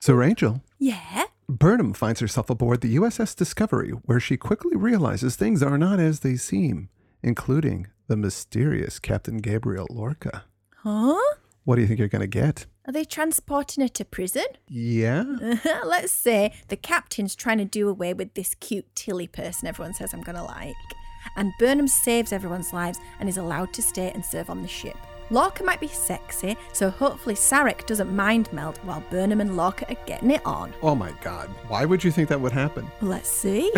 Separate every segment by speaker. Speaker 1: So Rachel
Speaker 2: Yeah.
Speaker 1: Burnham finds herself aboard the USS Discovery, where she quickly realizes things are not as they seem, including the mysterious Captain Gabriel Lorca.
Speaker 2: Huh?
Speaker 1: What do you think you're going to get?
Speaker 2: Are they transporting her to prison?
Speaker 1: Yeah.
Speaker 2: Let's say the captain's trying to do away with this cute Tilly person everyone says I'm going to like. And Burnham saves everyone's lives and is allowed to stay and serve on the ship. Lorca might be sexy, so hopefully Sarek doesn't mind meld while Burnham and Lorca are getting it on.
Speaker 1: Oh my God. Why would you think that would happen?
Speaker 2: Well, let's see.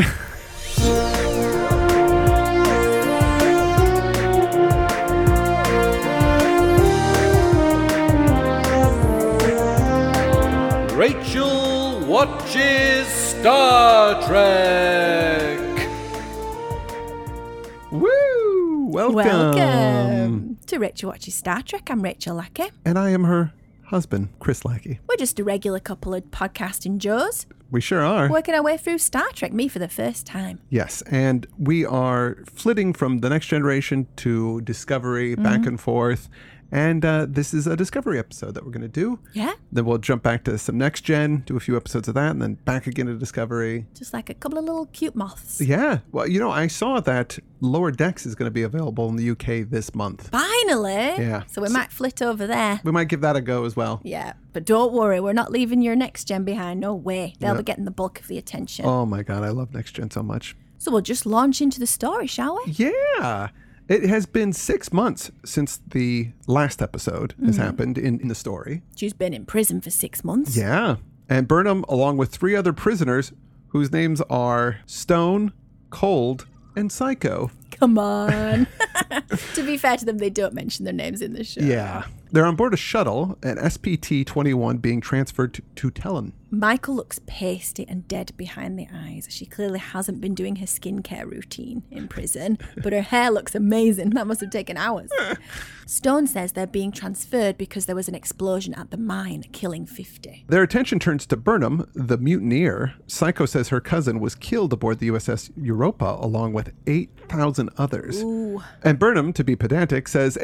Speaker 3: Rachel watches Star Trek.
Speaker 1: Woo! Welcome.
Speaker 2: Welcome to Rachel Watches Star Trek. I'm Rachel Lackey.
Speaker 1: And I am her husband, Chris Lackey.
Speaker 2: We're just a regular couple of podcasting Joes
Speaker 1: We sure are.
Speaker 2: working our way through Star Trek, me for the first time.
Speaker 1: Yes, and we are flitting from the next generation to Discovery, back and forth. And uh, this is a Discovery episode that we're going to do.
Speaker 2: Yeah?
Speaker 1: Then we'll jump back to some next gen, do a few episodes of that, and then back again to Discovery.
Speaker 2: Just like a couple of little cute moths.
Speaker 1: Yeah. Well, you know, I saw that Lower Decks is going to be available in the UK this month.
Speaker 2: Finally.
Speaker 1: Yeah.
Speaker 2: So we might flit over there.
Speaker 1: We might give that a go as well.
Speaker 2: Yeah. But don't worry, we're not leaving your next gen behind. No way. They'll
Speaker 1: Yeah.
Speaker 2: be getting the bulk of the attention.
Speaker 1: Oh my God, I love next gen so much.
Speaker 2: So we'll just launch into the story, shall we?
Speaker 1: Yeah. It has been six months since the last episode has happened in, in the story.
Speaker 2: She's been in prison for six months.
Speaker 1: Yeah. And Burnham, along with three other prisoners whose names are Stone, Cold, and Psycho.
Speaker 2: Come on. to be fair to them, they don't mention their names in the show.
Speaker 1: Yeah. They're on board a shuttle, an SPT 21 being transferred to, to Telon.
Speaker 2: Michael looks pasty and dead behind the eyes. She clearly hasn't been doing her skincare routine in prison, but her hair looks amazing. That must have taken hours. Stone says they're being transferred because there was an explosion at the mine, killing 50.
Speaker 1: Their attention turns to Burnham, the mutineer. Psycho says her cousin was killed aboard the USS Europa along with 8,000 others. And Burnham, to be pedantic, says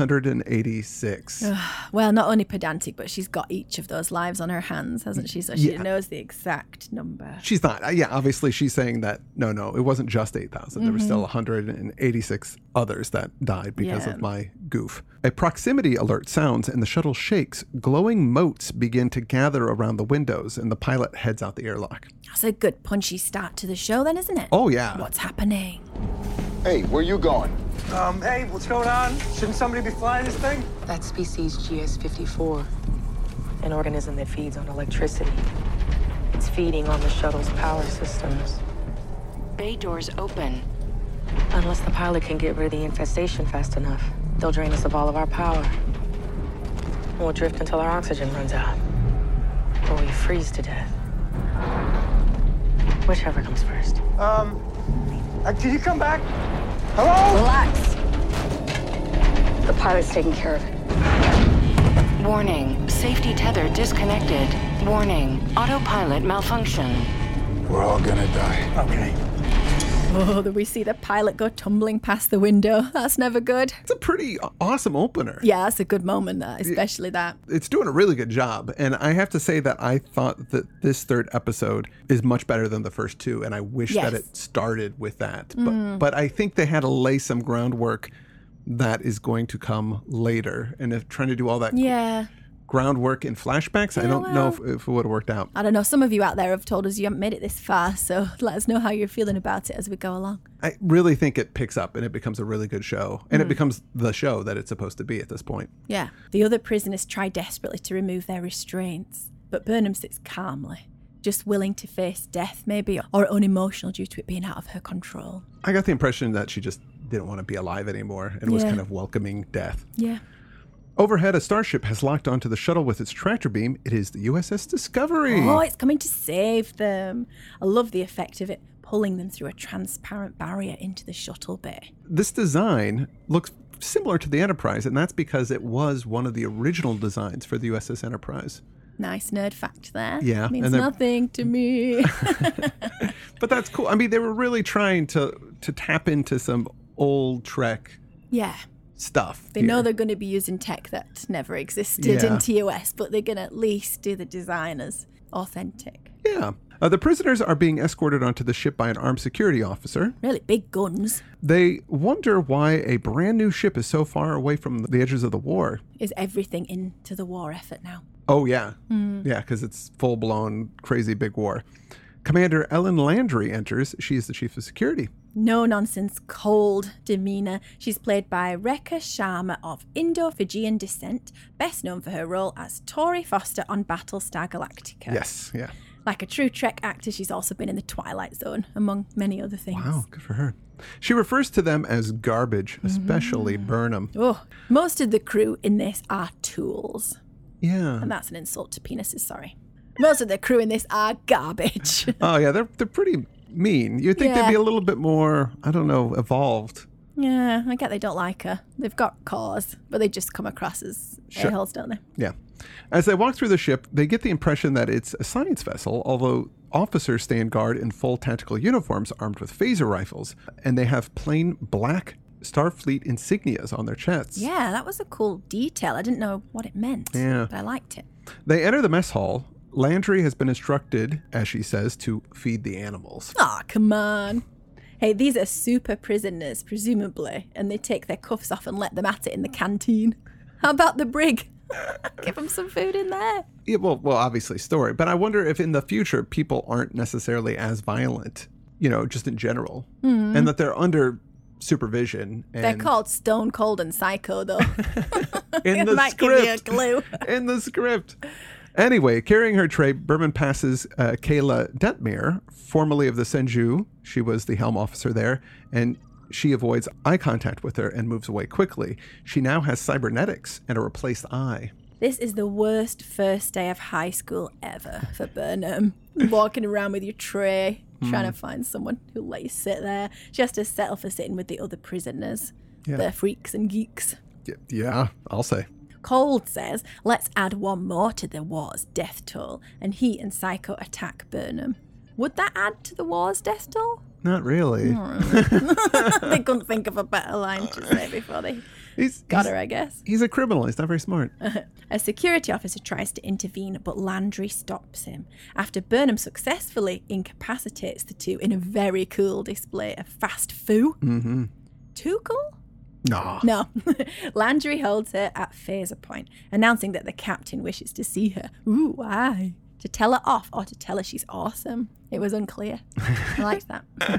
Speaker 1: 8,186.
Speaker 2: Well, not only pedantic, but she's got each of those lives on her hands, hasn't she? So she
Speaker 1: Yeah.
Speaker 2: knows the exact number.
Speaker 1: She's not. uh, Yeah, obviously she's saying that no, no, it wasn't just 8,000. There were still 186 others that died because
Speaker 2: Yeah.
Speaker 1: of my goof. A proximity alert sounds and the shuttle shakes. Glowing motes begin to gather around the windows and the pilot heads out the airlock.
Speaker 2: That's a good punchy start to the show, then, isn't it?
Speaker 1: Oh, yeah.
Speaker 2: What's happening?
Speaker 4: Hey, where you going?
Speaker 5: Um, hey, what's going on? Shouldn't somebody be flying this thing?
Speaker 6: That species GS54, an organism that feeds on electricity. It's feeding on the shuttle's power systems.
Speaker 7: Bay doors open.
Speaker 6: Unless the pilot can get rid of the infestation fast enough, they'll drain us of all of our power. We'll drift until our oxygen runs out, or we freeze to death. Whichever comes first.
Speaker 5: Um, uh, can you come back? Hello?
Speaker 8: Relax. The pilot's taking care of it.
Speaker 7: Warning. Safety tether disconnected. Warning. Autopilot malfunction.
Speaker 4: We're all gonna die.
Speaker 5: Okay.
Speaker 2: Oh, we see the pilot go tumbling past the window. That's never good.
Speaker 1: It's a pretty aw- awesome opener.
Speaker 2: Yeah, that's a good moment, that, especially that.
Speaker 1: It's doing a really good job. And I have to say that I thought that this third episode is much better than the first two. And I wish that
Speaker 2: Yes. Mm-hmm.
Speaker 1: it started with that. But, but I think they had to lay some groundwork that is going to come later. And if trying to do all that
Speaker 2: Yeah.
Speaker 1: groundwork in flashbacks, I don't know if, if it would have worked out.
Speaker 2: I don't know. Some of you out there have told us you haven't made it this far, so let us know how you're feeling about it as we go along.
Speaker 1: I really think it picks up and it becomes a really good show. And
Speaker 2: Mm.
Speaker 1: it becomes the show that it's supposed to be at this point.
Speaker 2: Yeah. The other prisoners try desperately to remove their restraints, but Burnham sits calmly, just willing to face death, maybe, or unemotional due to it being out of her control.
Speaker 1: I got the impression that she just didn't want to be alive anymore and was
Speaker 2: Yeah.
Speaker 1: kind of welcoming death.
Speaker 2: Yeah.
Speaker 1: Overhead, a starship has locked onto the shuttle with its tractor beam. It is the USS Discovery.
Speaker 2: Oh, it's coming to save them. I love the effect of it pulling them through a transparent barrier into the shuttle bay.
Speaker 1: This design looks similar to the Enterprise, and that's because it was one of the original designs for the USS Enterprise.
Speaker 2: Nice nerd fact there.
Speaker 1: Yeah, and
Speaker 2: Means
Speaker 1: they're-
Speaker 2: nothing to me.
Speaker 1: But that's cool. I mean, they were really trying to to tap into some old Trek
Speaker 2: yeah.
Speaker 1: stuff.
Speaker 2: They know they're going to be using tech that never existed
Speaker 1: Yeah.
Speaker 2: in TOS, but they're going to at least do the designers authentic.
Speaker 1: Yeah. Uh, the prisoners are being escorted onto the ship by an armed security officer.
Speaker 2: Really big guns.
Speaker 1: They wonder why a brand new ship is so far away from the edges of the war.
Speaker 2: Is everything into the war effort now?
Speaker 1: Oh, yeah. Yeah, because it's full blown, crazy big war. Commander Ellen Landry enters. She is the chief of security.
Speaker 2: No nonsense, cold demeanour. She's played by Rekha Sharma of Indo Fijian descent, best known for her role as Tori Foster on Battlestar Galactica.
Speaker 1: Yes. Yeah.
Speaker 2: Like a true Trek actor, she's also been in The Twilight Zone, among many other things.
Speaker 1: Wow. Oh, Good for her. She refers to them as garbage, especially Burnham.
Speaker 2: Oh, most of the crew in this are tools.
Speaker 1: Yeah.
Speaker 2: And that's an insult to penises, sorry. Most of the crew in this are garbage.
Speaker 1: Oh, yeah. They're, they're pretty mean. You'd think
Speaker 2: Yeah.
Speaker 1: they'd be a little bit more, I don't know, evolved.
Speaker 2: yeah, I get they don't like her. They've got cause, but they just come across as
Speaker 1: Sure.
Speaker 2: a-holes, don't they?
Speaker 1: Yeah. As they walk through the ship, they get the impression that it's a science vessel, although officers stand guard in full tactical uniforms armed with phaser rifles, and they have plain black Starfleet insignias on their chests.
Speaker 2: Yeah, that was a cool detail. I didn't know what it meant,
Speaker 1: Yeah.
Speaker 2: but I liked it.
Speaker 1: They enter the mess hall. Landry has been instructed, as she says, to feed the animals.
Speaker 2: Aw, Ah, come on. Hey, these are super prisoners, presumably, and they take their cuffs off and let them at it in the canteen. How about the brig? Give them some food in there.
Speaker 1: Yeah, well, well, obviously, story. But I wonder if in the future people aren't necessarily as violent, you know, just in general, and that they're under supervision. And
Speaker 2: They're called Stone Cold and Psycho, though.
Speaker 1: in the
Speaker 2: might give
Speaker 1: script.
Speaker 2: you a clue.
Speaker 1: in the script. Anyway, carrying her tray, Berman passes uh, Kayla Detmer, formerly of the Senju. She was the helm officer there, and she avoids eye contact with her and moves away quickly. She now has cybernetics and a replaced eye.
Speaker 2: This is the worst first day of high school ever for Burnham. Walking around with your tray, trying to find someone who will let you sit there. She has to settle for sitting with the other prisoners. They're freaks and geeks.
Speaker 1: Y- yeah, I'll say.
Speaker 2: Cold says, let's add one more to the war's death toll, and he and Psycho attack Burnham. Would that add to the war's death toll?
Speaker 1: Not really.
Speaker 2: Hmm. they couldn't think of a better line to say before they
Speaker 1: He's,
Speaker 2: got
Speaker 1: he's,
Speaker 2: her, I guess.
Speaker 1: he's a criminal. He's not very smart.
Speaker 2: A security officer tries to intervene, but Landry stops him after Burnham successfully incapacitates the two in a very cool display of fast foo. Mm-hmm. Too cool?
Speaker 1: Nah.
Speaker 2: No. Landry holds her at phaser point, announcing that the captain wishes to see her. Ooh, why? To tell her off or to tell her she's awesome. It was unclear. I liked that. Oh,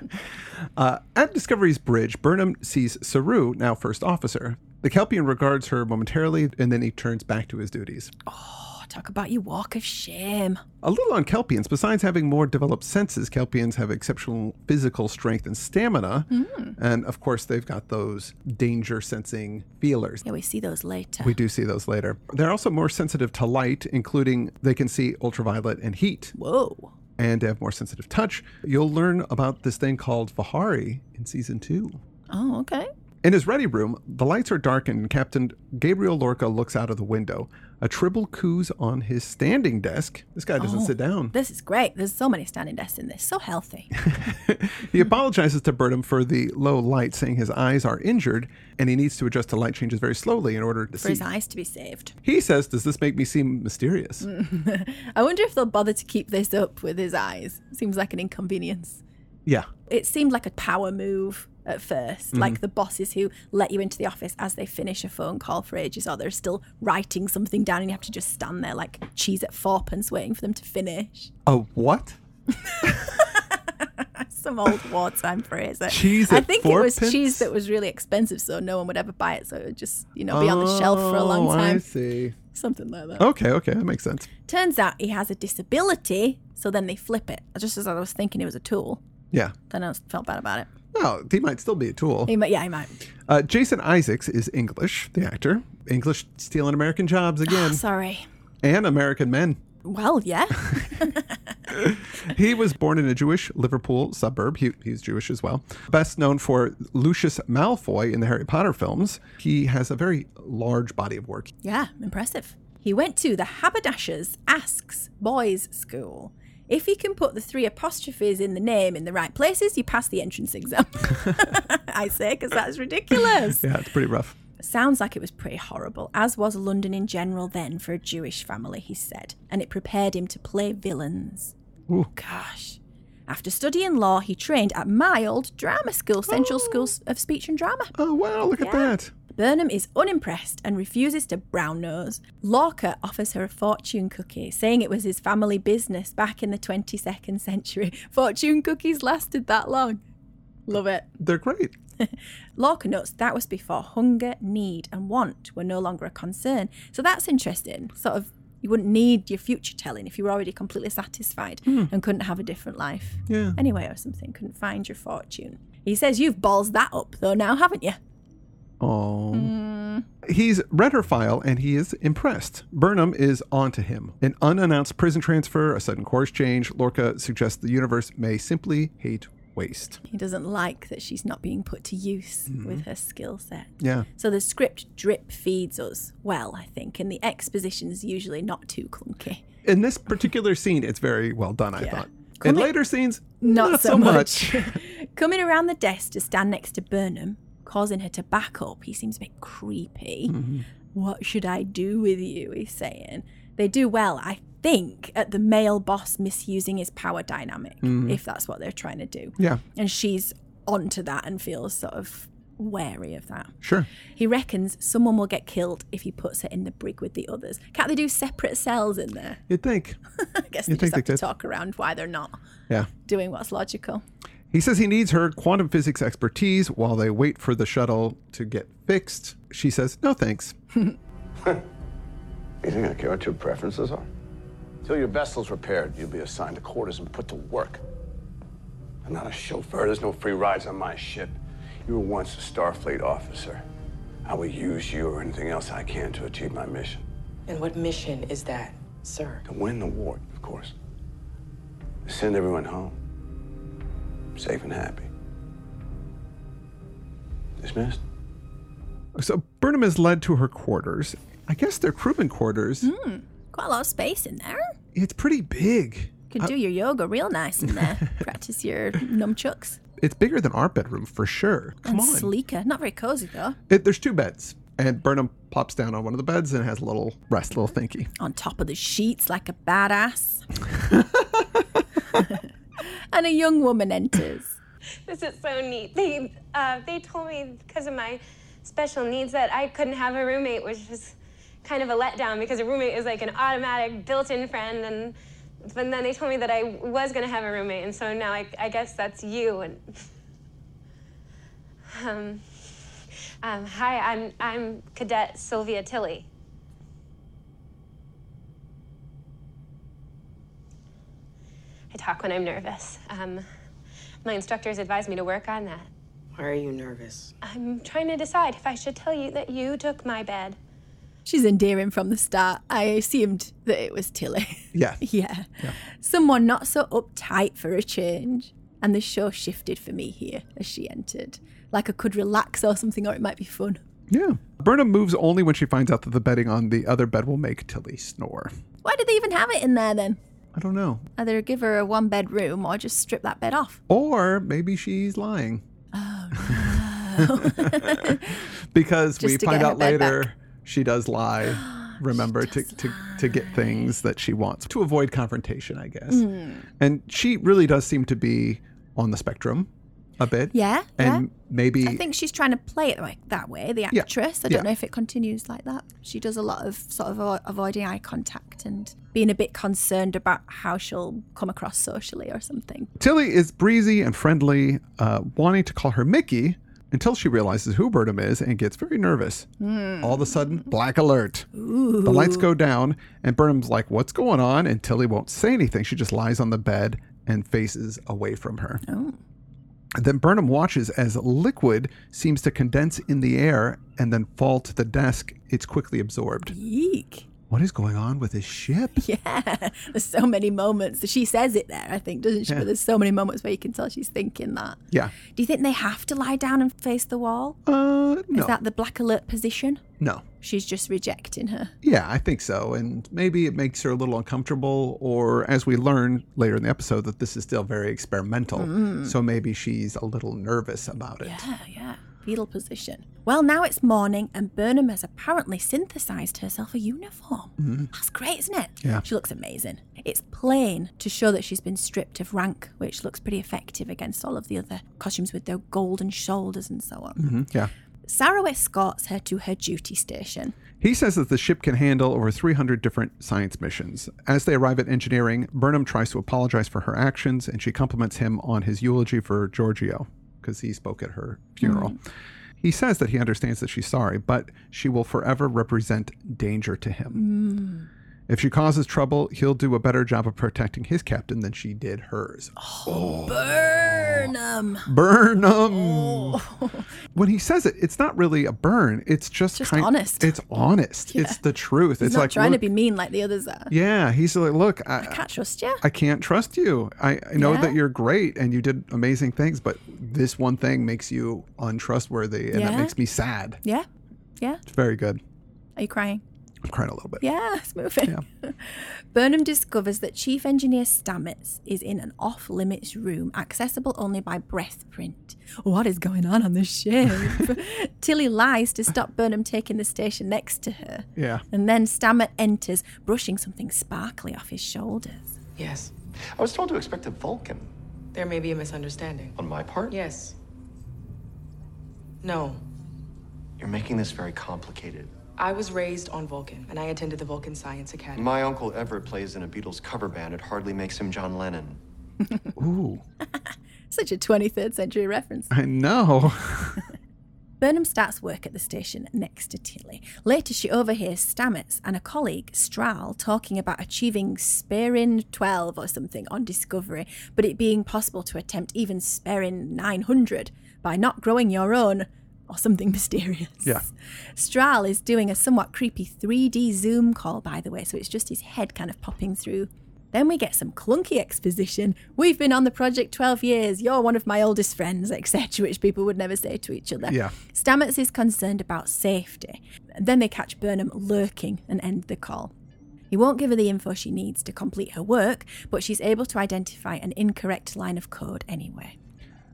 Speaker 1: Uh, at Discovery's bridge, Burnham sees Saru, now first officer. The Kelpian regards her momentarily, and then he turns back to his duties.
Speaker 2: Oh, talk about your walk of shame.
Speaker 1: A little on Kelpians, besides having more developed senses, Kelpians have exceptional physical strength and stamina. And of course, they've got those danger sensing feelers.
Speaker 2: Yeah, we see those later.
Speaker 1: We do see those later. They're also more sensitive to light, including they can see ultraviolet and heat,
Speaker 2: Whoa.
Speaker 1: and they have more sensitive touch. You'll learn about this thing called Vahari in season two.
Speaker 2: Oh, okay.
Speaker 1: In his ready room, the lights are darkened and Captain Gabriel Lorca looks out of the window. A tribble coos on his standing desk. This guy doesn't sit down.
Speaker 2: This is great. There's so many standing desks in this. So healthy.
Speaker 1: He apologizes to Burnham for the low light, saying his eyes are injured and he needs to adjust to light changes very slowly in order to
Speaker 2: For his
Speaker 1: see.
Speaker 2: eyes to be saved.
Speaker 1: He says, Does this make me seem mysterious?
Speaker 2: Mm. I wonder if they'll bother to keep this up with his eyes. Seems like an inconvenience.
Speaker 1: Yeah.
Speaker 2: it seemed like a power move at 1st
Speaker 1: Mm-hmm.
Speaker 2: like the bosses who let you into the office as they finish a phone call for ages or they're still writing something down and you have to just stand there like cheese at fourpence waiting for them to finish
Speaker 1: A what?
Speaker 2: some old wartime phrase it.
Speaker 1: Cheese
Speaker 2: i
Speaker 1: at
Speaker 2: think it
Speaker 1: fourpence?
Speaker 2: was cheese that was really expensive so no one would ever buy it so it would just you know be on the shelf for a long
Speaker 1: Oh, I
Speaker 2: time
Speaker 1: see.
Speaker 2: something like that
Speaker 1: Okay, okay. That makes sense.
Speaker 2: turns out he has a disability so then they flip it just as i was thinking it was a tool
Speaker 1: Yeah.
Speaker 2: then i felt bad about it
Speaker 1: Oh, he might still be a tool.
Speaker 2: he might yeah he might
Speaker 1: Uh, Jason Isaacs is English, the actor. English stealing American jobs again
Speaker 2: sorry
Speaker 1: and American men.
Speaker 2: well yeah
Speaker 1: He was born in a Jewish Liverpool suburb. He, he's Jewish as well. Best known for Lucius Malfoy in the Harry Potter films. He has a very large body of work.
Speaker 2: Yeah, impressive. He went to the Haberdashers Asks Boys School. If you can put the three apostrophes in the name in the right places, you pass the entrance exam. I say, because that's ridiculous.
Speaker 1: Yeah, it's pretty rough.
Speaker 2: Sounds like it was pretty horrible, as was London in general then for a Jewish family, he said, and it prepared him to play villains.
Speaker 1: Ooh.
Speaker 2: Gosh. After studying law, he trained at my old drama school, Central School of Speech and Drama.
Speaker 1: Oh, wow, look at that.
Speaker 2: Burnham is unimpressed and refuses to brown nose. Lorca offers her a fortune cookie, saying it was his family business back in the 22nd century. Fortune cookies lasted that long. Love it.
Speaker 1: They're great.
Speaker 2: Lorca notes that was before hunger, need, and want were no longer a concern. So that's interesting. Sort of, you wouldn't need your future telling if you were already completely satisfied and couldn't have a different life.
Speaker 1: Hmm. Yeah.
Speaker 2: Anyway, or something, couldn't find your fortune. He says you've balls that up though now, haven't you?
Speaker 1: Oh. He's read her file and he is impressed. Burnham is onto him. An unannounced prison transfer, a sudden course change. Lorca suggests the universe may simply hate waste.
Speaker 2: He doesn't like that she's not being put to use with her skill set.
Speaker 1: Mm-hmm. Yeah.
Speaker 2: So the script drip feeds us well, I think, and the exposition is usually not too clunky.
Speaker 1: In this particular scene, it's very well done, I
Speaker 2: Yeah.
Speaker 1: thought.
Speaker 2: Come
Speaker 1: In
Speaker 2: in-
Speaker 1: later scenes,
Speaker 2: Not
Speaker 1: not,
Speaker 2: so
Speaker 1: so much.
Speaker 2: Coming around the desk to stand next to Burnham, causing her to back up, he seems a bit creepy.
Speaker 1: Mm-hmm.
Speaker 2: What should I do with you? He's saying. They do well, I think, at the male boss misusing his power dynamic, if that's what they're trying to do.
Speaker 1: Mm-hmm. yeah,
Speaker 2: And she's onto that and feels sort of wary of that.
Speaker 1: sure.
Speaker 2: He reckons someone will get killed if he puts her in the brig with the others. Can't they do separate cells in there?
Speaker 1: You'd think.
Speaker 2: I guess they
Speaker 1: You think
Speaker 2: just have
Speaker 1: they
Speaker 2: to
Speaker 1: could.
Speaker 2: talk around why they're not
Speaker 1: Yeah.
Speaker 2: doing what's logical.
Speaker 1: He says he needs her quantum physics expertise while they wait for the shuttle to get fixed. She says, no thanks.
Speaker 4: You think I care what your preferences are? Till your vessel's repaired, you'll be assigned to quarters and put to work. I'm not a chauffeur. There's no free rides on my ship. You were once a Starfleet officer. I will use you or anything else I can to achieve my mission.
Speaker 6: And what mission is that, sir?
Speaker 4: To win the war, of course. To send everyone home. Safe and happy. Dismissed?
Speaker 1: So Burnham is led to her quarters. I guess they're crewman quarters.
Speaker 2: Quite a lot of space in there.
Speaker 1: It's pretty big.
Speaker 2: Could do your yoga real nice in there. Practice your nunchucks.
Speaker 1: It's bigger than our bedroom for sure. Come
Speaker 2: and
Speaker 1: on.
Speaker 2: sleeker. Not very cozy though.
Speaker 1: It, there's two beds, and Burnham pops down on one of the beds and has a little rest, little thinky.
Speaker 2: On top of the sheets like a badass. and a young woman enters.
Speaker 9: This is so neat. They uh, they told me because of my special needs that I couldn't have a roommate, which was kind of a letdown because a roommate is like an automatic built-in friend. And but then they told me that I was gonna have a roommate, and so now I, I guess that's you. And um, um, hi, I'm I'm Cadet Sylvia Tilly. I talk when I'm nervous. Um, my instructors advised me to work on that.
Speaker 6: Why are you nervous?
Speaker 9: I'm trying to decide if I should tell you that you took my bed.
Speaker 2: She's endearing from the start. I assumed that it was Tilly.
Speaker 1: Yeah.
Speaker 2: yeah. Someone not so uptight for a change. And the show shifted for me here as she entered. Like I could relax or something, or it might be fun.
Speaker 1: Yeah. Burnham moves only when she finds out that the bedding on the other bed will make Tilly snore.
Speaker 2: Why did they even have it in there then?
Speaker 1: I don't know.
Speaker 2: Either give her a one bed room or just strip that bed off.
Speaker 1: Oh, Or maybe she's lying.
Speaker 2: Oh,
Speaker 1: because we
Speaker 2: Just to
Speaker 1: find
Speaker 2: get her
Speaker 1: out
Speaker 2: bed
Speaker 1: later
Speaker 2: back.
Speaker 1: she does lie. Remember to, to to get things that she wants to avoid confrontation, I guess.
Speaker 2: Mm.
Speaker 1: And she really does seem to be on the spectrum a bit.
Speaker 2: Yeah,
Speaker 1: And
Speaker 2: yeah.
Speaker 1: maybe
Speaker 2: I think she's trying to play it like that way, the
Speaker 1: Yeah,
Speaker 2: actress. I don't
Speaker 1: yeah.
Speaker 2: know if it continues like that. She does a lot of sort of avo- avoiding eye contact and being a bit concerned about how she'll come across socially or something.
Speaker 1: Tilly is breezy and friendly, uh, wanting to call her Mickey until she realizes who Burnham is and gets very nervous.
Speaker 2: Hmm.
Speaker 1: All of a sudden, black alert. The lights go down, and Burnham's like, What's going on? And Tilly won't say anything. She just lies on the bed and faces away from her.
Speaker 2: Oh.
Speaker 1: And then Burnham watches as liquid seems to condense in the air and then fall to the desk. It's quickly absorbed.
Speaker 2: Eek.
Speaker 1: What is going on with this ship?
Speaker 2: Yeah. There's so many moments. She says it there, I think, doesn't she? But there's so many moments where you can tell she's thinking that.
Speaker 1: Yeah.
Speaker 2: Do you think they have to lie down and face the wall?
Speaker 1: Uh, no.
Speaker 2: Is that the black alert position?
Speaker 1: no.
Speaker 2: She's just rejecting her.
Speaker 1: Yeah, I think so. And maybe it makes her a little uncomfortable, or as we learn later in the episode, that this is still very experimental. So maybe she's a little nervous about it.
Speaker 2: Yeah, yeah. fetal position. Well, now it's morning, and Burnham has apparently synthesized herself a uniform. That's great, isn't it?
Speaker 1: Mm-hmm. Yeah.
Speaker 2: She looks amazing. It's plain to show that she's been stripped of rank, which looks pretty effective against all of the other costumes with their golden shoulders and so on.
Speaker 1: Mhm, Yeah.
Speaker 2: Sarah escorts her to her duty station.
Speaker 1: He says that the ship can handle over 300 different science missions. As they arrive at engineering, Burnham tries to apologize for her actions and she compliments him on his eulogy for Giorgio because he spoke at her funeral.
Speaker 2: Mm-hmm.
Speaker 1: He says that he understands that she's sorry, but she will forever represent danger to him.
Speaker 2: Mm.
Speaker 1: If she causes trouble, he'll do a better job of protecting his captain than she did hers.
Speaker 2: Oh, Burnham! Oh.
Speaker 1: Burnham. when he says it, it's not really a burn. It's just,
Speaker 2: Just
Speaker 1: kind
Speaker 2: honest.
Speaker 1: It's honest. It's the truth.
Speaker 2: He's
Speaker 1: it's
Speaker 2: not
Speaker 1: like
Speaker 2: trying to
Speaker 1: look-
Speaker 2: be mean like the others are.
Speaker 1: Yeah, he's like, look, I,
Speaker 2: I can't trust you.
Speaker 1: I can't trust you. I, I know
Speaker 2: Yeah.
Speaker 1: that you're great and you did amazing things, but this one thing makes you untrustworthy, and that
Speaker 2: Yeah.
Speaker 1: makes me sad.
Speaker 2: yeah. Yeah.
Speaker 1: It's very good.
Speaker 2: Are you crying?
Speaker 1: I'm crying a little bit.
Speaker 2: Yeah, it's moving. Burnham discovers that Chief Engineer Stamets is in an off limits room accessible only by breath print. What is going on on this ship? Tilly lies to stop Burnham taking the station next to her.
Speaker 1: Yeah.
Speaker 2: And then Stammer enters, brushing something sparkly off his shoulders.
Speaker 6: Yes.
Speaker 5: I was told to expect a Vulcan
Speaker 6: There may be a misunderstanding.
Speaker 5: on my part.
Speaker 6: Yes. No.
Speaker 5: You're making this very complicated.
Speaker 6: I was raised on Vulcan, and I attended the Vulcan Science Academy.
Speaker 5: My uncle Everett plays in a Beatles cover band. It hardly makes him John Lennon.
Speaker 1: Ooh,
Speaker 2: Such a 23rd century reference.
Speaker 1: I know.
Speaker 2: Burnham starts work at the station next to Tilly. Later, she overhears Stamets and a colleague, Strahl, talking about achieving Sperin 12 or something on Discovery, but it being possible to attempt even Sperin 900 by not growing your own or something mysterious.
Speaker 1: Yeah.
Speaker 2: Strahl is doing a somewhat creepy 3D Zoom call, by the way, so it's just his head kind of popping through. Then we get some clunky exposition. We've been on the project 12 years. You're one of my oldest friends, etc., which people would never say to each other.
Speaker 1: Yeah.
Speaker 2: Stamets is concerned about safety. Then they catch Burnham lurking and end the call. He won't give her the info she needs to complete her work, but she's able to identify an incorrect line of code anyway.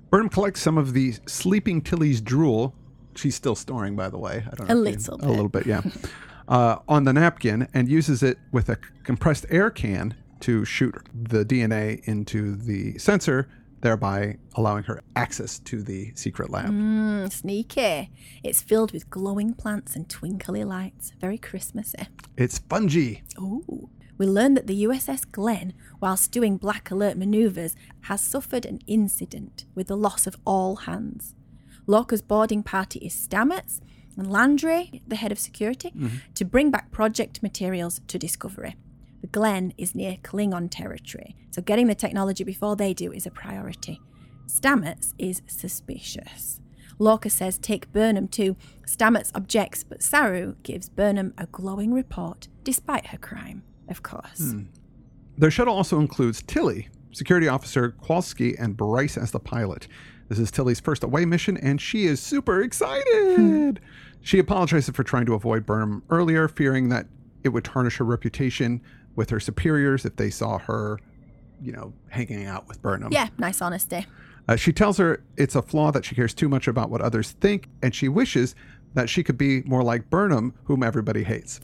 Speaker 1: Burnham collects some of the sleeping Tilly's drool. She's still snoring, by the way. I don't know
Speaker 2: A
Speaker 1: if you-
Speaker 2: little
Speaker 1: A
Speaker 2: bit.
Speaker 1: little bit, yeah. uh, on the napkin and uses it with a compressed air can to shoot the DNA into the sensor, thereby allowing her access to the secret lab.
Speaker 2: Mm, sneaky. It's filled with glowing plants and twinkly lights. Very Christmassy.
Speaker 1: It's spongy.
Speaker 2: Ooh. We learn that the USS Glenn, whilst doing black alert manoeuvres, has suffered an incident with the loss of all hands. Lorca's boarding party is Stamets and Landry, the head of security, to bring back project materials to Discovery. The Glen is near Klingon territory, so getting the technology before they do is a priority. Stamets is suspicious. Lorca says take Burnham too. Stamets objects, but Saru gives Burnham a glowing report despite her crime, of course.
Speaker 1: Their shuttle also includes Tilly, security officer Kowalski, and Bryce as the pilot. This is Tilly's first away mission, and she is super excited. she apologizes for trying to avoid Burnham earlier, fearing that it would tarnish her reputation with her superiors if they saw her, you know, hanging out with Burnham.
Speaker 2: Yeah, nice honesty.
Speaker 1: Uh, she tells her it's a flaw that she cares too much about what others think, and she wishes that she could be more like Burnham, whom everybody hates.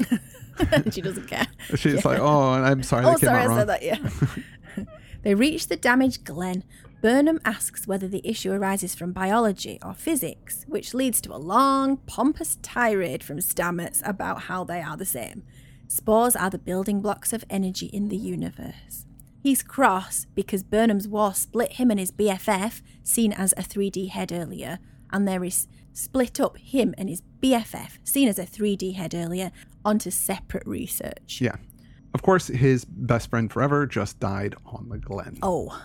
Speaker 2: she doesn't care.
Speaker 1: She's like, oh, and I'm sorry,
Speaker 2: Oh,
Speaker 1: that came
Speaker 2: sorry,
Speaker 1: out
Speaker 2: I
Speaker 1: wrong.
Speaker 2: said that, yeah. they reach the damaged glen. Burnham asks whether the issue arises from biology or physics, which leads to a long, pompous tirade from Stamets about how they are the same. Spores are the building blocks of energy in the universe. He's cross because Burnham's war split him and his BFF, seen as a 3D head earlier, and there is split up him and his BFF, seen as a 3D head earlier, onto separate research.
Speaker 1: Yeah. Of course, his best friend forever just died on the Glen.
Speaker 2: Oh,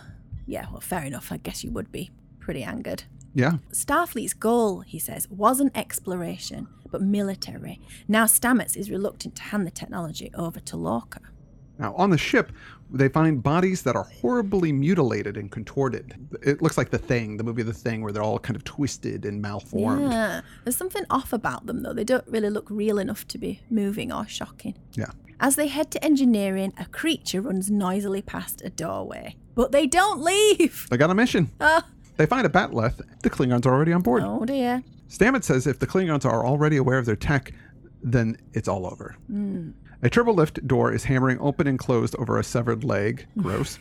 Speaker 2: yeah, well, fair enough. I guess you would be pretty angered.
Speaker 1: Yeah.
Speaker 2: Starfleet's goal, he says, wasn't exploration, but military. Now Stamets is reluctant to hand the technology over to Lorca.
Speaker 1: Now, on the ship, they find bodies that are horribly mutilated and contorted. It looks like The Thing, the movie The Thing, where they're all kind of twisted and malformed. Yeah.
Speaker 2: Yeah, there's something off about them, though. They don't really look real enough to be moving or shocking. As they head to engineering, a creature runs noisily past a doorway. But they don't leave!
Speaker 1: They got a mission.
Speaker 2: Oh,
Speaker 1: They find a batleth. The Klingons are already on board.
Speaker 2: oh dear.
Speaker 1: Stamets says if the Klingons are already aware of their tech, then it's all over. A turbolift door is hammering open and closed over a severed leg. Gross.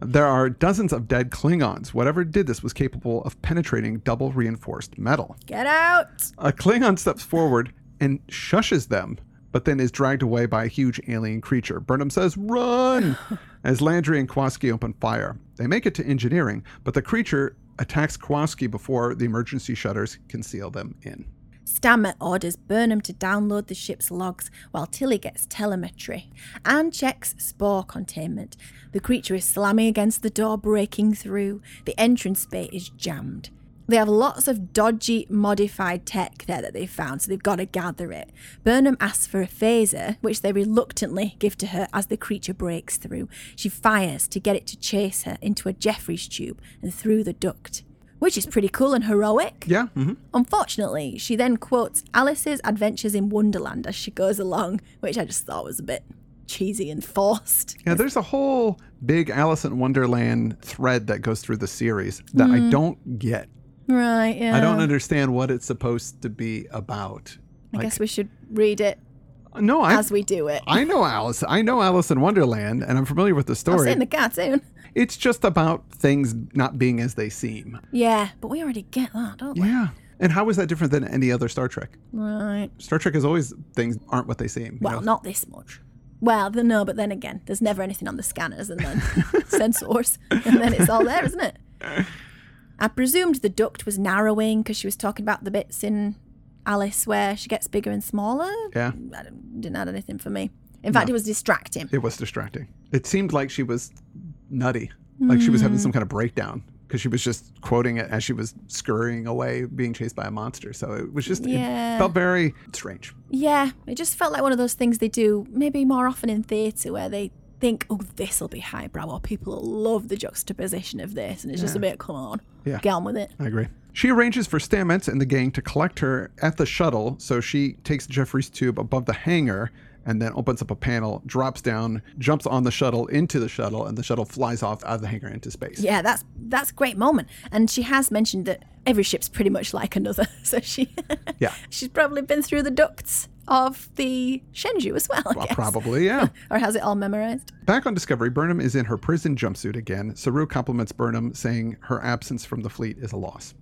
Speaker 1: there are dozens of dead Klingons. Whatever did this was capable of penetrating double reinforced metal.
Speaker 2: Get out!
Speaker 1: A Klingon steps forward and shushes them, but then is dragged away by a huge alien creature. Burnham says, Run! as Landry and Kwaski open fire. They make it to engineering, but the creature attacks Kwaski before the emergency shutters can seal them in.
Speaker 2: Stammer orders Burnham to download the ship's logs while Tilly gets telemetry. and checks spore containment. The creature is slamming against the door, breaking through. The entrance bay is jammed. They have lots of dodgy modified tech there that they've found, so they've got to gather it. Burnham asks for a phaser, which they reluctantly give to her as the creature breaks through. She fires to get it to chase her into a Jeffries tube and through the duct, which is pretty cool and heroic.
Speaker 1: Yeah, mm-hmm.
Speaker 2: Unfortunately, she then quotes Alice's Adventures in Wonderland as she goes along, which I just thought was a bit cheesy and forced.
Speaker 1: Yeah, there's a whole big Alice in Wonderland thread that goes through the series that I don't get.
Speaker 2: Right, Mm-hmm. yeah.
Speaker 1: I don't understand what it's supposed to be about.
Speaker 2: I guess we should read it
Speaker 1: no, I,
Speaker 2: as we do it.
Speaker 1: I know Alice. I know Alice in Wonderland, and I'm familiar with the
Speaker 2: I've
Speaker 1: story.
Speaker 2: seen the cartoon.
Speaker 1: It's just about things not being as they seem.
Speaker 2: Yeah, but we already get that, don't we?
Speaker 1: Yeah. And how is that different than any other Star Trek?
Speaker 2: Right.
Speaker 1: Star Trek is always things aren't what they seem. you
Speaker 2: Well,
Speaker 1: know?
Speaker 2: not this much. Well, the, no, but then again, there's never anything on the scanners and then sensors, and then it's all there, isn't it? I presumed the duct was narrowing because she was talking about the bits in Alice where she gets bigger and smaller.
Speaker 1: Yeah.
Speaker 2: I don't- didn't add anything for me. In fact, it was distracting.
Speaker 1: It was distracting. It seemed like she was nutty, like she was having some kind of breakdown because she was just quoting it as she was scurrying away, being chased by a monster. So it was just,
Speaker 2: Yeah.
Speaker 1: it felt very strange.
Speaker 2: Yeah, it just felt like one of those things they do maybe more often in theatre where they think, oh, this will be highbrow or people will love the juxtaposition of this. And it's just a bit, come on,
Speaker 1: Yeah.
Speaker 2: get on with it.
Speaker 1: I agree. She arranges for Stamets and the gang to collect her at the shuttle, so she takes Jeffrey's tube above the hangar and then opens up a panel, drops down, jumps on the shuttle into the shuttle, and the shuttle flies off out of the hangar into space.
Speaker 2: Yeah, that's that's a great moment. And she has mentioned that every ship's pretty much like another. So she
Speaker 1: Yeah.
Speaker 2: she's probably been through the ducts of the Shenju as well. I
Speaker 1: Well,
Speaker 2: guess.
Speaker 1: Uh, probably, yeah.
Speaker 2: Or has it all memorized?
Speaker 1: Back on Discovery, Burnham is in her prison jumpsuit again. Saru compliments Burnham, saying her absence from the fleet is a loss.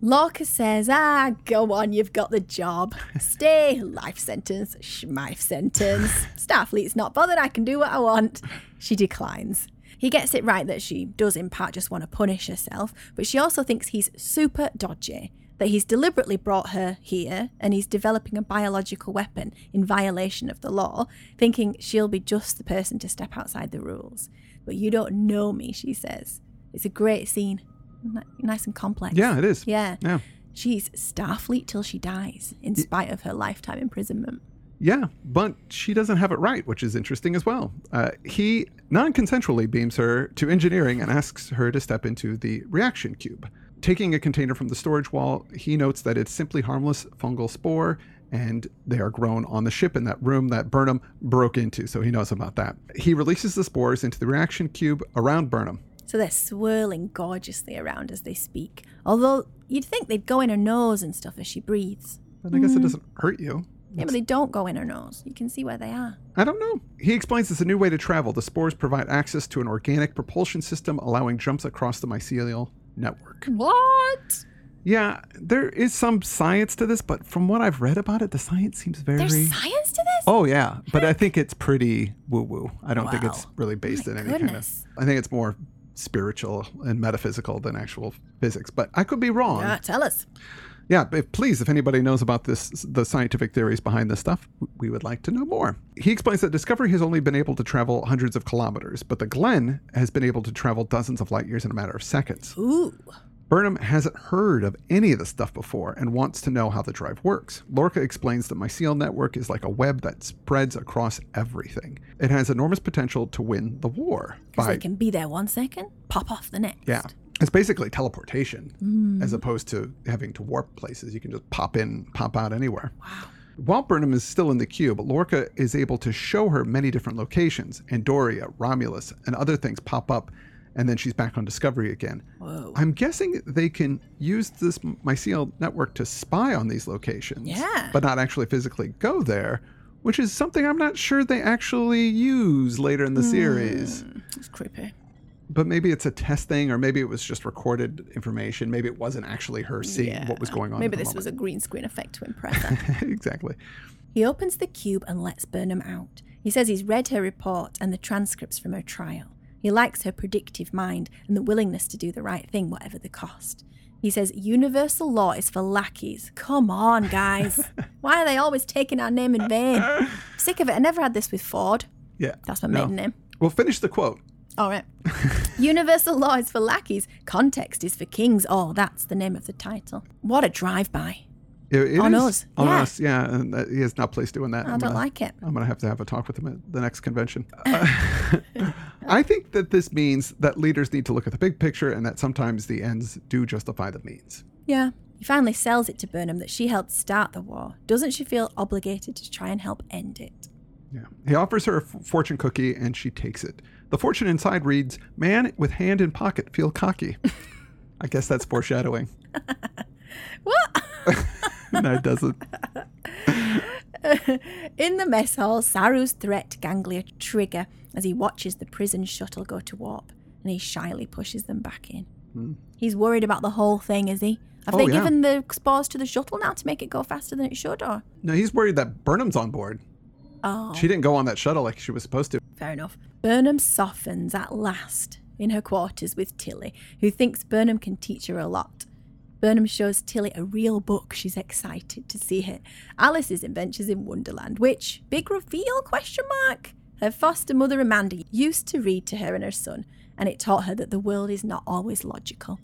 Speaker 2: Lorca says, ah, go on, you've got the job. Stay, life sentence, schmife sentence. Starfleet's not bothered, I can do what I want. She declines. He gets it right that she does, in part, just want to punish herself, but she also thinks he's super dodgy, that he's deliberately brought her here and he's developing a biological weapon in violation of the law, thinking she'll be just the person to step outside the rules. But you don't know me, she says. It's a great scene. Ni- Nice and complex.
Speaker 1: Yeah, it is.
Speaker 2: Yeah.
Speaker 1: Yeah.
Speaker 2: She's Starfleet till she dies, in spite of her lifetime imprisonment.
Speaker 1: Yeah, but she doesn't have it right, which is interesting as well. Uh, he non consensually beams her to engineering and asks her to step into the reaction cube. Taking a container from the storage wall, he notes that it's simply harmless fungal spore and they are grown on the ship in that room that Burnham broke into, so he knows about that. He releases the spores into the reaction cube around Burnham.
Speaker 2: So they're swirling gorgeously around as they speak, although you'd think they'd go in her nose and stuff as she breathes.
Speaker 1: And I guess it doesn't hurt you.
Speaker 2: Yeah, but they don't go in her nose. You can see where they are.
Speaker 1: I don't know. He explains it's a new way to travel. The spores provide access to an organic propulsion system, allowing jumps across the mycelial network.
Speaker 2: What?
Speaker 1: Yeah, there is some science to this, but from what I've read about it, the science seems very.
Speaker 2: There's science to this?
Speaker 1: oh yeah, but I think it's pretty woo-woo. I don't think it's
Speaker 2: Wow. Oh
Speaker 1: really based
Speaker 2: my
Speaker 1: in any
Speaker 2: goodness.
Speaker 1: kind of. I think it's more spiritual and metaphysical than actual physics, but I could be wrong.
Speaker 2: Ah, tell us.
Speaker 1: Yeah, but please, if anybody knows about this, the scientific theories behind this stuff, we would like to know more. He explains that Discovery has only been able to travel hundreds of kilometers, but the Glenn has been able to travel dozens of light years in a matter of seconds.
Speaker 2: Ooh.
Speaker 1: Burnham hasn't heard of any of this stuff before and wants to know how the drive works. Lorca explains that mycel network is like a web that spreads across everything. It has enormous potential to win the war.
Speaker 2: Because they can be there one second, pop off the next.
Speaker 1: Yeah. It's basically teleportation
Speaker 2: Mm.
Speaker 1: as opposed to having to warp places. You can just pop in, pop out anywhere. Wow. While Burnham is still in the cube, Lorca is able to show her many different locations. Andoria, Romulus, and other things pop up and then she's back on Discovery again.
Speaker 2: Whoa.
Speaker 1: I'm guessing they can use this mycelial network to spy on these locations,
Speaker 2: Yeah.
Speaker 1: but not actually physically go there, which is something I'm not sure they actually use later in the
Speaker 2: Hmm.
Speaker 1: series.
Speaker 2: It's creepy.
Speaker 1: But maybe it's a test thing, or maybe it was just recorded information. Maybe it wasn't actually her seeing what was going on.
Speaker 2: Ah. Maybe this was a green screen effect to impress her.
Speaker 1: was a exactly.
Speaker 2: he opens the cube and lets Burnham out. He says he's read her report and the transcripts from her trial. He likes her predictive mind and the willingness to do the right thing, whatever the cost. He says universal law is for lackeys. Come on, guys. Why are they always taking our name in vain? Sick of it. I never had this with Ford.
Speaker 1: Yeah,
Speaker 2: That's my
Speaker 1: no.
Speaker 2: maiden name.
Speaker 1: Well, finish the quote.
Speaker 2: All right. Universal law is for lackeys, context is for kings. Oh, that's the name of the title. What a drive by.
Speaker 1: It, it
Speaker 2: On
Speaker 1: is-
Speaker 2: us,
Speaker 1: On
Speaker 2: yeah.
Speaker 1: us, yeah. And that, he has no place doing that.
Speaker 2: I
Speaker 1: I'm
Speaker 2: don't
Speaker 1: gonna-
Speaker 2: like it.
Speaker 1: I'm going to have to have a talk with him at the next convention. Uh, I think that this means that leaders need to look at the big picture and that sometimes the ends do justify the means.
Speaker 2: Yeah. He finally sells it to Burnham that she helped start the war. Doesn't she feel obligated to try and help end it?
Speaker 1: Yeah. He offers her a f- fortune cookie and she takes it. The fortune inside reads, Man with hand in pocket, feel cocky. I guess that's foreshadowing.
Speaker 2: What?
Speaker 1: no, it doesn't.
Speaker 2: In the mess hall, Saru's threat ganglia trigger as he watches the prison shuttle go to warp and he shyly pushes them back in. He's worried about the whole thing, is he?
Speaker 1: Hmm.
Speaker 2: Have
Speaker 1: Oh,
Speaker 2: they
Speaker 1: yeah.
Speaker 2: given the spores to the shuttle now to make it go faster than it should, or?
Speaker 1: No, he's worried that Burnham's on board.
Speaker 2: Oh.
Speaker 1: She didn't go on that shuttle like she was supposed to.
Speaker 2: Fair enough. Burnham softens at last in her quarters with Tilly, who thinks Burnham can teach her a lot. Burnham shows Tilly a real book. She's excited to see it. Alice's Adventures in Wonderland, which big reveal question mark. Her foster mother Amanda used to read to her and her son, and it taught her that the world is not always logical.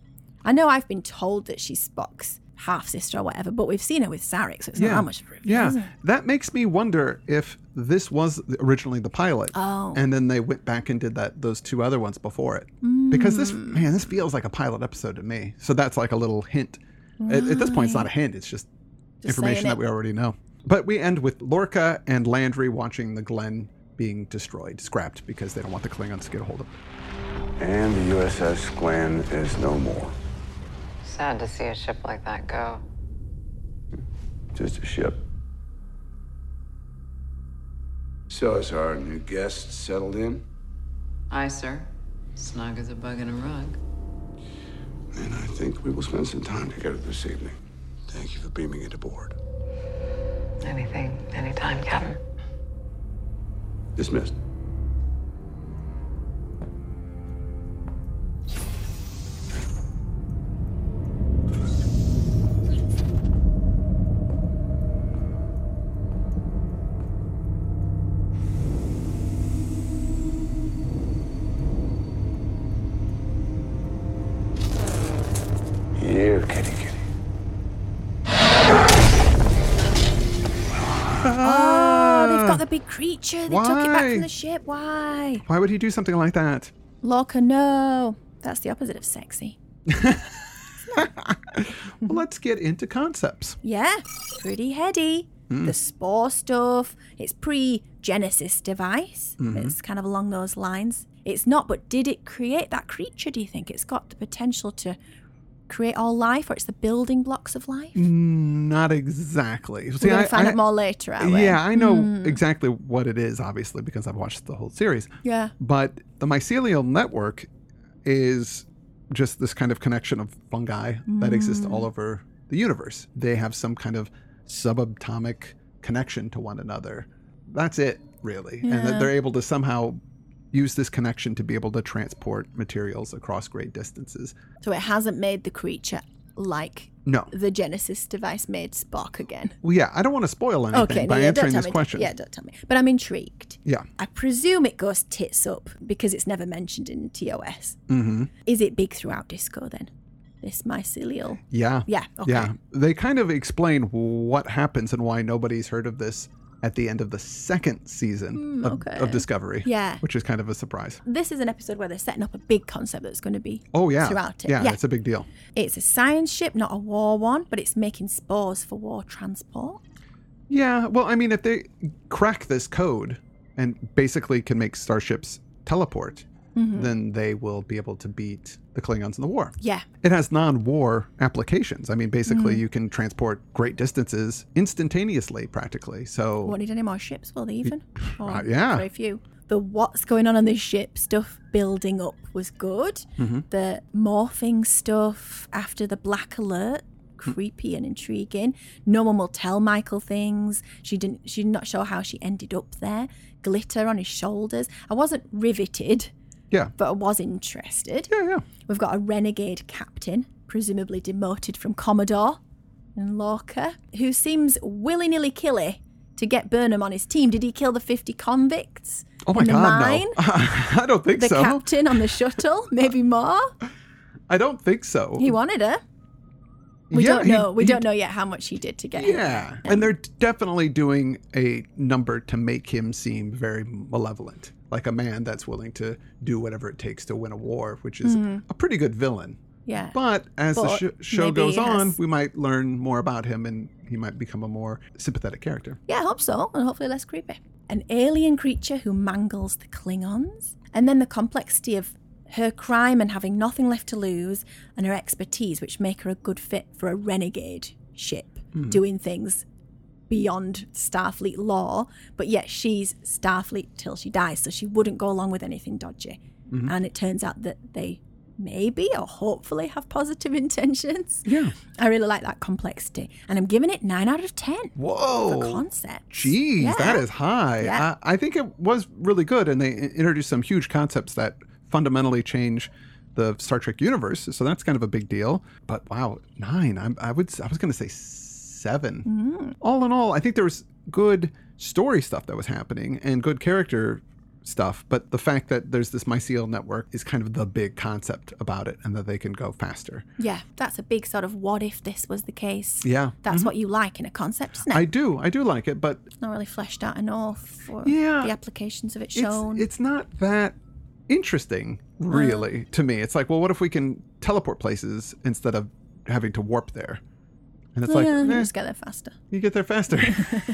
Speaker 2: I know I've been told that she's Spock's half sister or whatever, but we've seen her with Sarek, so it's not that much of a reveal. is it?
Speaker 1: Yeah. That makes me wonder if this was th- originally the pilot.
Speaker 2: Oh.
Speaker 1: And then they went back and did that those two other ones before it. Because this
Speaker 2: Mm.
Speaker 1: man, this feels like a pilot episode to me. So that's like a little hint. At, at this point it's not a hint, it's just,
Speaker 2: Just
Speaker 1: information
Speaker 2: saying
Speaker 1: that
Speaker 2: it.
Speaker 1: we already know. But we end with Lorca and Landry watching the Glen being destroyed, scrapped because they don't want the Klingons to get a hold of it.
Speaker 4: And the USS Glenn is no more.
Speaker 10: Sad to see a ship like that go.
Speaker 4: Just a ship. So is our new guest settled in?
Speaker 10: Aye, sir. Snug as a bug in a rug.
Speaker 4: And I think we will spend some time together this evening. Thank you for beaming it aboard.
Speaker 10: Anything, anytime, Captain.
Speaker 4: Dismissed. Here, kitty kitty.
Speaker 2: Oh, they've got the big creature. They took it back
Speaker 1: Why?
Speaker 2: from the ship. Why?
Speaker 1: Why would he do something like that?
Speaker 2: Lorca, no. That's the opposite of sexy. Mm-hmm.
Speaker 1: Well, let's get into concepts.
Speaker 2: Yeah, pretty heady.
Speaker 1: Hmm.
Speaker 2: The spore stuff. It's pre Genesis device.
Speaker 1: Mm-hmm.
Speaker 2: It's kind of along those lines. It's not, but did it create that creature, do you think? It's got the potential to create all life, or it's the building blocks of life?
Speaker 1: Not exactly. See,
Speaker 2: We're going
Speaker 1: Mm, I-
Speaker 2: to find
Speaker 1: I-
Speaker 2: out more later, are we?
Speaker 1: Yeah, I know
Speaker 2: Mm.
Speaker 1: exactly what it is, obviously, because I've watched the whole series.
Speaker 2: Yeah.
Speaker 1: But the mycelial network is just this kind of connection of fungi that exist
Speaker 2: Mm.
Speaker 1: all over the universe. They have some kind of subatomic connection to one another. That's it, really. And that they're able to somehow use this connection to be able to transport materials across great distances.
Speaker 2: So it hasn't made the creature like
Speaker 1: No.
Speaker 2: the Genesis device made Spock again.
Speaker 1: Well, yeah, I don't want to spoil anything
Speaker 2: Okay,
Speaker 1: by
Speaker 2: no, yeah, don't
Speaker 1: answering
Speaker 2: tell
Speaker 1: this
Speaker 2: me,
Speaker 1: question.
Speaker 2: Yeah, don't tell me. But I'm intrigued.
Speaker 1: Yeah.
Speaker 2: I presume it goes tits up because it's never mentioned in TOS.
Speaker 1: Mm-hmm.
Speaker 2: Is it big throughout disco then? This mycelial.
Speaker 1: Yeah.
Speaker 2: Yeah, okay.
Speaker 1: Yeah. They kind of explain what happens and why nobody's heard of this at the end of the second season
Speaker 2: Mm,
Speaker 1: of,
Speaker 2: okay.
Speaker 1: of Discovery.
Speaker 2: Yeah.
Speaker 1: Which is kind of a surprise.
Speaker 2: This is an episode where they're setting up a big concept that's going to be
Speaker 1: Oh, yeah.
Speaker 2: throughout it.
Speaker 1: Yeah, it's a big deal.
Speaker 2: it's a science ship, not a war one, but it's making spores for war transport.
Speaker 1: Yeah. Well, I mean, if they crack this code and basically can make starships teleport,
Speaker 2: Mhm.
Speaker 1: then they will be able to beat the Klingons in the war.
Speaker 2: Yeah.
Speaker 1: It has non war applications. I mean, basically,
Speaker 2: Mhm.
Speaker 1: you can transport great distances instantaneously, practically. So,
Speaker 2: Won't need any more ships, will they even? Or
Speaker 1: Right, yeah.
Speaker 2: Very few. The what's going on on this ship stuff building up was good.
Speaker 1: Mhm.
Speaker 2: The morphing stuff after the black alert, creepy and intriguing. No one will tell Michael things. She didn't she's not sure how she ended up there. Glitter on his shoulders. I wasn't riveted,
Speaker 1: yeah.
Speaker 2: but I was interested.
Speaker 1: Yeah, yeah.
Speaker 2: We've got a renegade captain, presumably demoted from Commodore, and Lorca, who seems willy nilly killy to get Burnham on his team. Did he kill the 50 convicts?
Speaker 1: Oh my
Speaker 2: in the
Speaker 1: God,
Speaker 2: mine?
Speaker 1: no. I don't think
Speaker 2: The
Speaker 1: so. Uh,
Speaker 2: captain on the shuttle? Maybe more?
Speaker 1: I don't think so.
Speaker 2: He wanted her. We
Speaker 1: Yeah,
Speaker 2: don't
Speaker 1: he-
Speaker 2: know. we
Speaker 1: he-
Speaker 2: don't know yet how much he did to get her.
Speaker 1: Yeah. And they're definitely doing a number to make him seem very malevolent, like a man that's willing to do whatever it takes to win a war, which is
Speaker 2: Mhm.
Speaker 1: a pretty good villain.
Speaker 2: Yeah.
Speaker 1: But as
Speaker 2: But
Speaker 1: the sh- show
Speaker 2: maybe
Speaker 1: goes
Speaker 2: he
Speaker 1: on,
Speaker 2: has-
Speaker 1: we might learn more about him and he might become a more sympathetic character.
Speaker 2: Yeah, I hope so, and hopefully less creepy. An alien creature who mangles the Klingons, and then the complexity of her crime and having nothing left to lose, and her expertise, which make her a good fit for a renegade ship
Speaker 1: Hmm.
Speaker 11: Mhm.
Speaker 2: doing things beyond Starfleet law, but yet she's Starfleet till she dies, so she wouldn't go along with anything dodgy.
Speaker 1: Mm-hmm.
Speaker 11: Mhm.
Speaker 2: And it turns out that they maybe or hopefully have positive intentions.
Speaker 1: Yeah.
Speaker 2: I really like that complexity, and I'm giving it 9 out of 10.
Speaker 1: Whoa.
Speaker 2: For concept.
Speaker 1: Jeez, Oh, that
Speaker 2: Yeah.
Speaker 1: is high.
Speaker 2: Yeah.
Speaker 1: I, I think it was really good, and they i- introduced some huge concepts that fundamentally change the Star Trek universe. So that's kind of a big deal. But wow, nine. I, I would. s- I was going to say seven.
Speaker 2: Mm.
Speaker 1: All in all, I think there was good story stuff that was happening and good character stuff. But the fact that there's this mycelial network is kind of the big concept about it, and that they can go faster.
Speaker 2: Yeah, that's a big sort of what if this was the case.
Speaker 1: Yeah. Mm-hmm.
Speaker 2: That's what you like in a concept, isn't it?
Speaker 1: I do. I do like it, but
Speaker 2: It's not really fleshed out enough or
Speaker 1: Yeah.
Speaker 2: the applications of it
Speaker 1: it's-
Speaker 2: shown.
Speaker 1: It's, not that interesting, really, to me. It's like, well, what if we can teleport places instead of having to warp there? And it's like,
Speaker 2: yeah, you
Speaker 1: eh,
Speaker 2: just get there faster.
Speaker 1: you get there faster.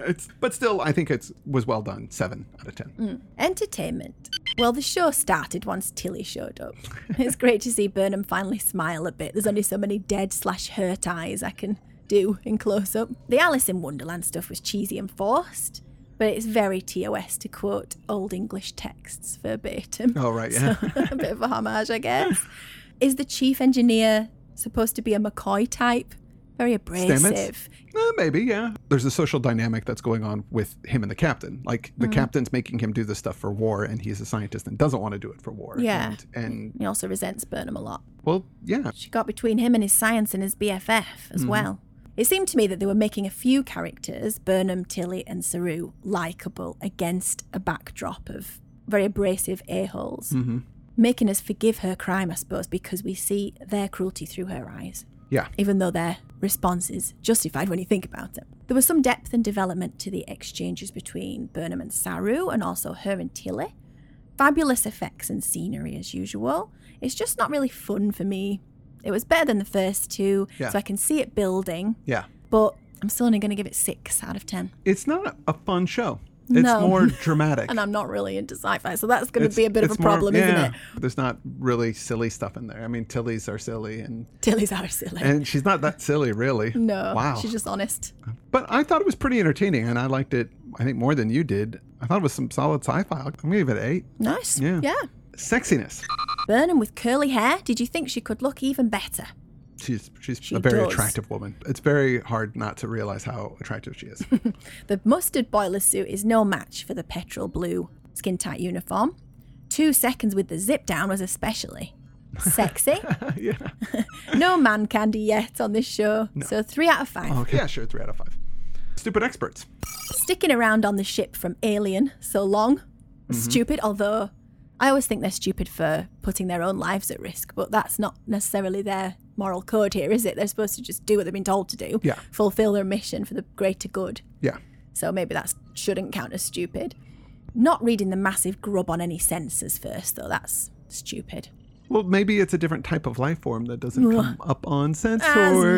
Speaker 1: it's, but still, I think it was well done. Seven out of ten.
Speaker 2: Mm. Entertainment. Well, the show started once Tilly showed up. It's great to see Burnham finally smile a bit. There's only so many dead slash hurt eyes I can do in close up. The Alice in Wonderland stuff was cheesy and forced, but it's very TOS to quote old English texts verbatim.
Speaker 1: Oh, right, yeah.
Speaker 2: So, a bit of a homage, I guess. Is the chief engineer supposed to be a McCoy type? Very
Speaker 1: Stamets?
Speaker 2: abrasive.
Speaker 1: Eh, maybe, yeah. There's a social dynamic that's going on with him and the captain. Like the
Speaker 2: Mm.
Speaker 1: captain's making him do this stuff for war, and he's a scientist and doesn't want to do it for war.
Speaker 2: Yeah.
Speaker 1: And, and
Speaker 2: He also resents Burnham a lot.
Speaker 1: well, yeah.
Speaker 2: She got between him and his science and his BFF as
Speaker 1: Mhm.
Speaker 2: well. It seemed to me that they were making a few characters, Burnham, Tilly, and Saru, likable against a backdrop of very abrasive a-holes,
Speaker 1: hmm
Speaker 2: making us forgive her crime, I suppose, because we see their cruelty through her eyes,
Speaker 1: Yeah.
Speaker 2: even though their response is justified when you think about it. There was some depth and development to the exchanges between Burnham and Saru, and also her and Tilly. Fabulous effects and scenery as usual. It's just not really fun for me. It was better than the first two,
Speaker 1: Yeah.
Speaker 2: so I can see it building,
Speaker 1: Yeah.
Speaker 2: but I'm still only going to give it six out of ten.
Speaker 1: It's not a fun show. It's
Speaker 2: No.
Speaker 1: more dramatic.
Speaker 2: And I'm not really into sci fi, so that's going to
Speaker 1: It's-
Speaker 2: be a bit of a
Speaker 1: it's more-
Speaker 2: problem,
Speaker 1: yeah.
Speaker 2: isn't it?
Speaker 1: There's not really silly stuff in there. I mean, Tilly's are silly, and
Speaker 2: Tilly's our silly.
Speaker 1: and she's not that silly, really.
Speaker 2: no,
Speaker 1: Wow.
Speaker 2: she's just honest.
Speaker 1: But I thought it was pretty entertaining, and I liked it. I think more than you did. I thought it was some solid sci-fi. I'm gonna give it an eight.
Speaker 2: Nice.
Speaker 1: Yeah.
Speaker 2: yeah.
Speaker 1: Sexiness.
Speaker 2: Burnham with curly hair. Did you think she could look even better?
Speaker 1: She's she's
Speaker 2: She
Speaker 1: a very
Speaker 2: does.
Speaker 1: attractive woman. It's very hard not to realize how attractive she is.
Speaker 2: The mustard boiler suit is no match for the petrol blue skin tight uniform. Two seconds with the zip down was especially sexy.
Speaker 1: yeah.
Speaker 2: no man candy yet on this show. So three out of five.
Speaker 1: Okay. Yeah, sure. Three out of five. Stupid experts.
Speaker 2: Sticking around on the ship from Alien so long. Stupid, although I always think they're stupid for putting their own lives at risk, but that's not necessarily their moral code here, is it? They're supposed to just do what they've been told to do,
Speaker 1: Yeah.
Speaker 2: fulfill their mission for the greater good.
Speaker 1: Yeah.
Speaker 2: So maybe that shouldn't count as stupid. Not reading the massive grub on any sensors first, though, that's stupid.
Speaker 1: Well, maybe it's a different type of life form that doesn't
Speaker 2: Ugh.
Speaker 1: come up on sensors.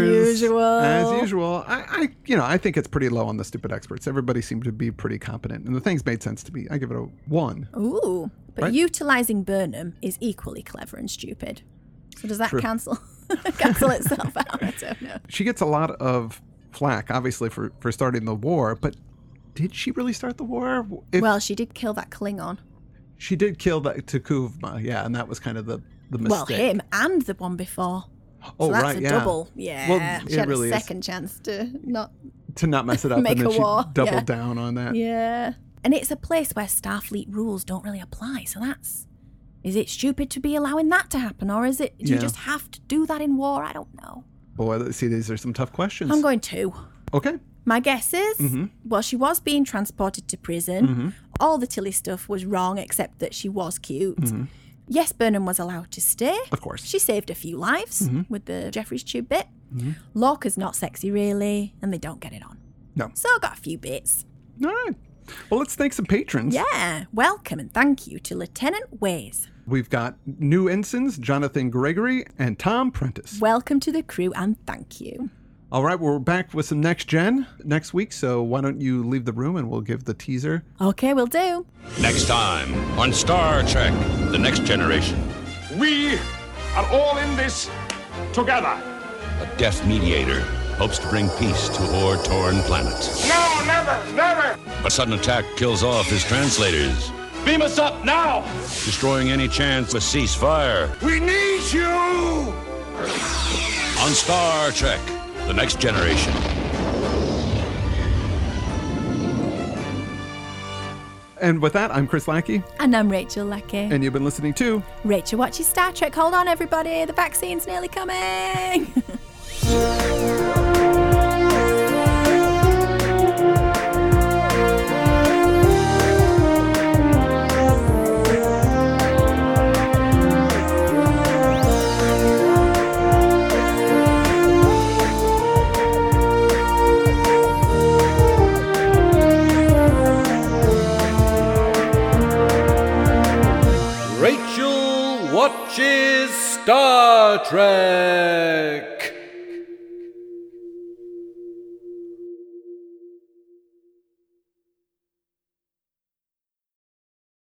Speaker 2: usual.
Speaker 1: As usual. I, I, you know, I think it's pretty low on
Speaker 2: Oh.
Speaker 1: the stupid experts. Everybody seemed to be pretty competent, and the things made sense to me. I give it a one.
Speaker 2: Ooh, But
Speaker 1: Right.
Speaker 2: utilizing Burnham is equally clever and stupid. So does that
Speaker 1: True.
Speaker 2: cancel cancel itself out? I don't know.
Speaker 1: She gets a lot of flack, obviously, for, for starting the war, but did she really start the war? If
Speaker 2: well, she did kill that Klingon.
Speaker 1: she did kill that Takuvma, yeah, and that was kind of the, the mistake.
Speaker 2: Well, him and the one before.
Speaker 1: Oh,
Speaker 2: so that's
Speaker 1: right,
Speaker 2: a
Speaker 1: yeah.
Speaker 2: double. Yeah.
Speaker 1: Well,
Speaker 2: she
Speaker 1: it
Speaker 2: had
Speaker 1: really
Speaker 2: a
Speaker 1: is.
Speaker 2: second chance to not
Speaker 1: To not mess it up,
Speaker 2: Make
Speaker 1: and then
Speaker 2: a
Speaker 1: she
Speaker 2: war,
Speaker 1: doubled
Speaker 2: yeah.
Speaker 1: down on that.
Speaker 2: Yeah. And it's a place where Starfleet rules don't really apply. So that's. Is it stupid to be allowing that to happen? Or is it. Do
Speaker 1: Yeah.
Speaker 2: you just have to do that in war? I don't know.
Speaker 1: Boy, let's see, these are some tough questions.
Speaker 2: I'm going to.
Speaker 1: Okay.
Speaker 2: My guess is.
Speaker 1: Mhm.
Speaker 2: Well, she was being transported to prison.
Speaker 1: Mhm.
Speaker 2: All the Tilly stuff was wrong, except that she was cute.
Speaker 1: Mhm.
Speaker 2: Yes, Burnham was allowed to stay.
Speaker 1: Of course.
Speaker 2: She saved a few lives
Speaker 1: Mhm.
Speaker 2: with the Jeffrey's tube bit.
Speaker 1: Mhm.
Speaker 2: Lorca's not sexy, really, and they don't get it on.
Speaker 1: No.
Speaker 2: So got a few bits.
Speaker 1: All right. Well, let's thank some patrons.
Speaker 2: Yeah, welcome and thank you to Lieutenant Ways.
Speaker 1: We've got new ensigns, Jonathan Gregory and Tom Prentice.
Speaker 2: Welcome to the crew and thank you.
Speaker 1: All right, we're back with some next gen next week. So why don't you leave the room and we'll give the teaser.
Speaker 2: Okay, we'll do.
Speaker 11: Next time on Star Trek The Next Generation,
Speaker 12: We are all in this together.
Speaker 11: a deaf mediator hopes to bring peace to war torn planets.
Speaker 12: No, never, never.
Speaker 11: A sudden attack kills off his translators,
Speaker 12: Beam us up now.
Speaker 11: destroying any chance of a ceasefire.
Speaker 12: We need you.
Speaker 11: On Star Trek The Next Generation.
Speaker 1: And with that, I'm Chris Lackey,
Speaker 2: And I'm Rachel Leckie.
Speaker 1: and you've been listening to
Speaker 2: Rachel watches Star Trek. Hold on, everybody. The vaccine's nearly coming.
Speaker 3: Rachel watches Star Trek.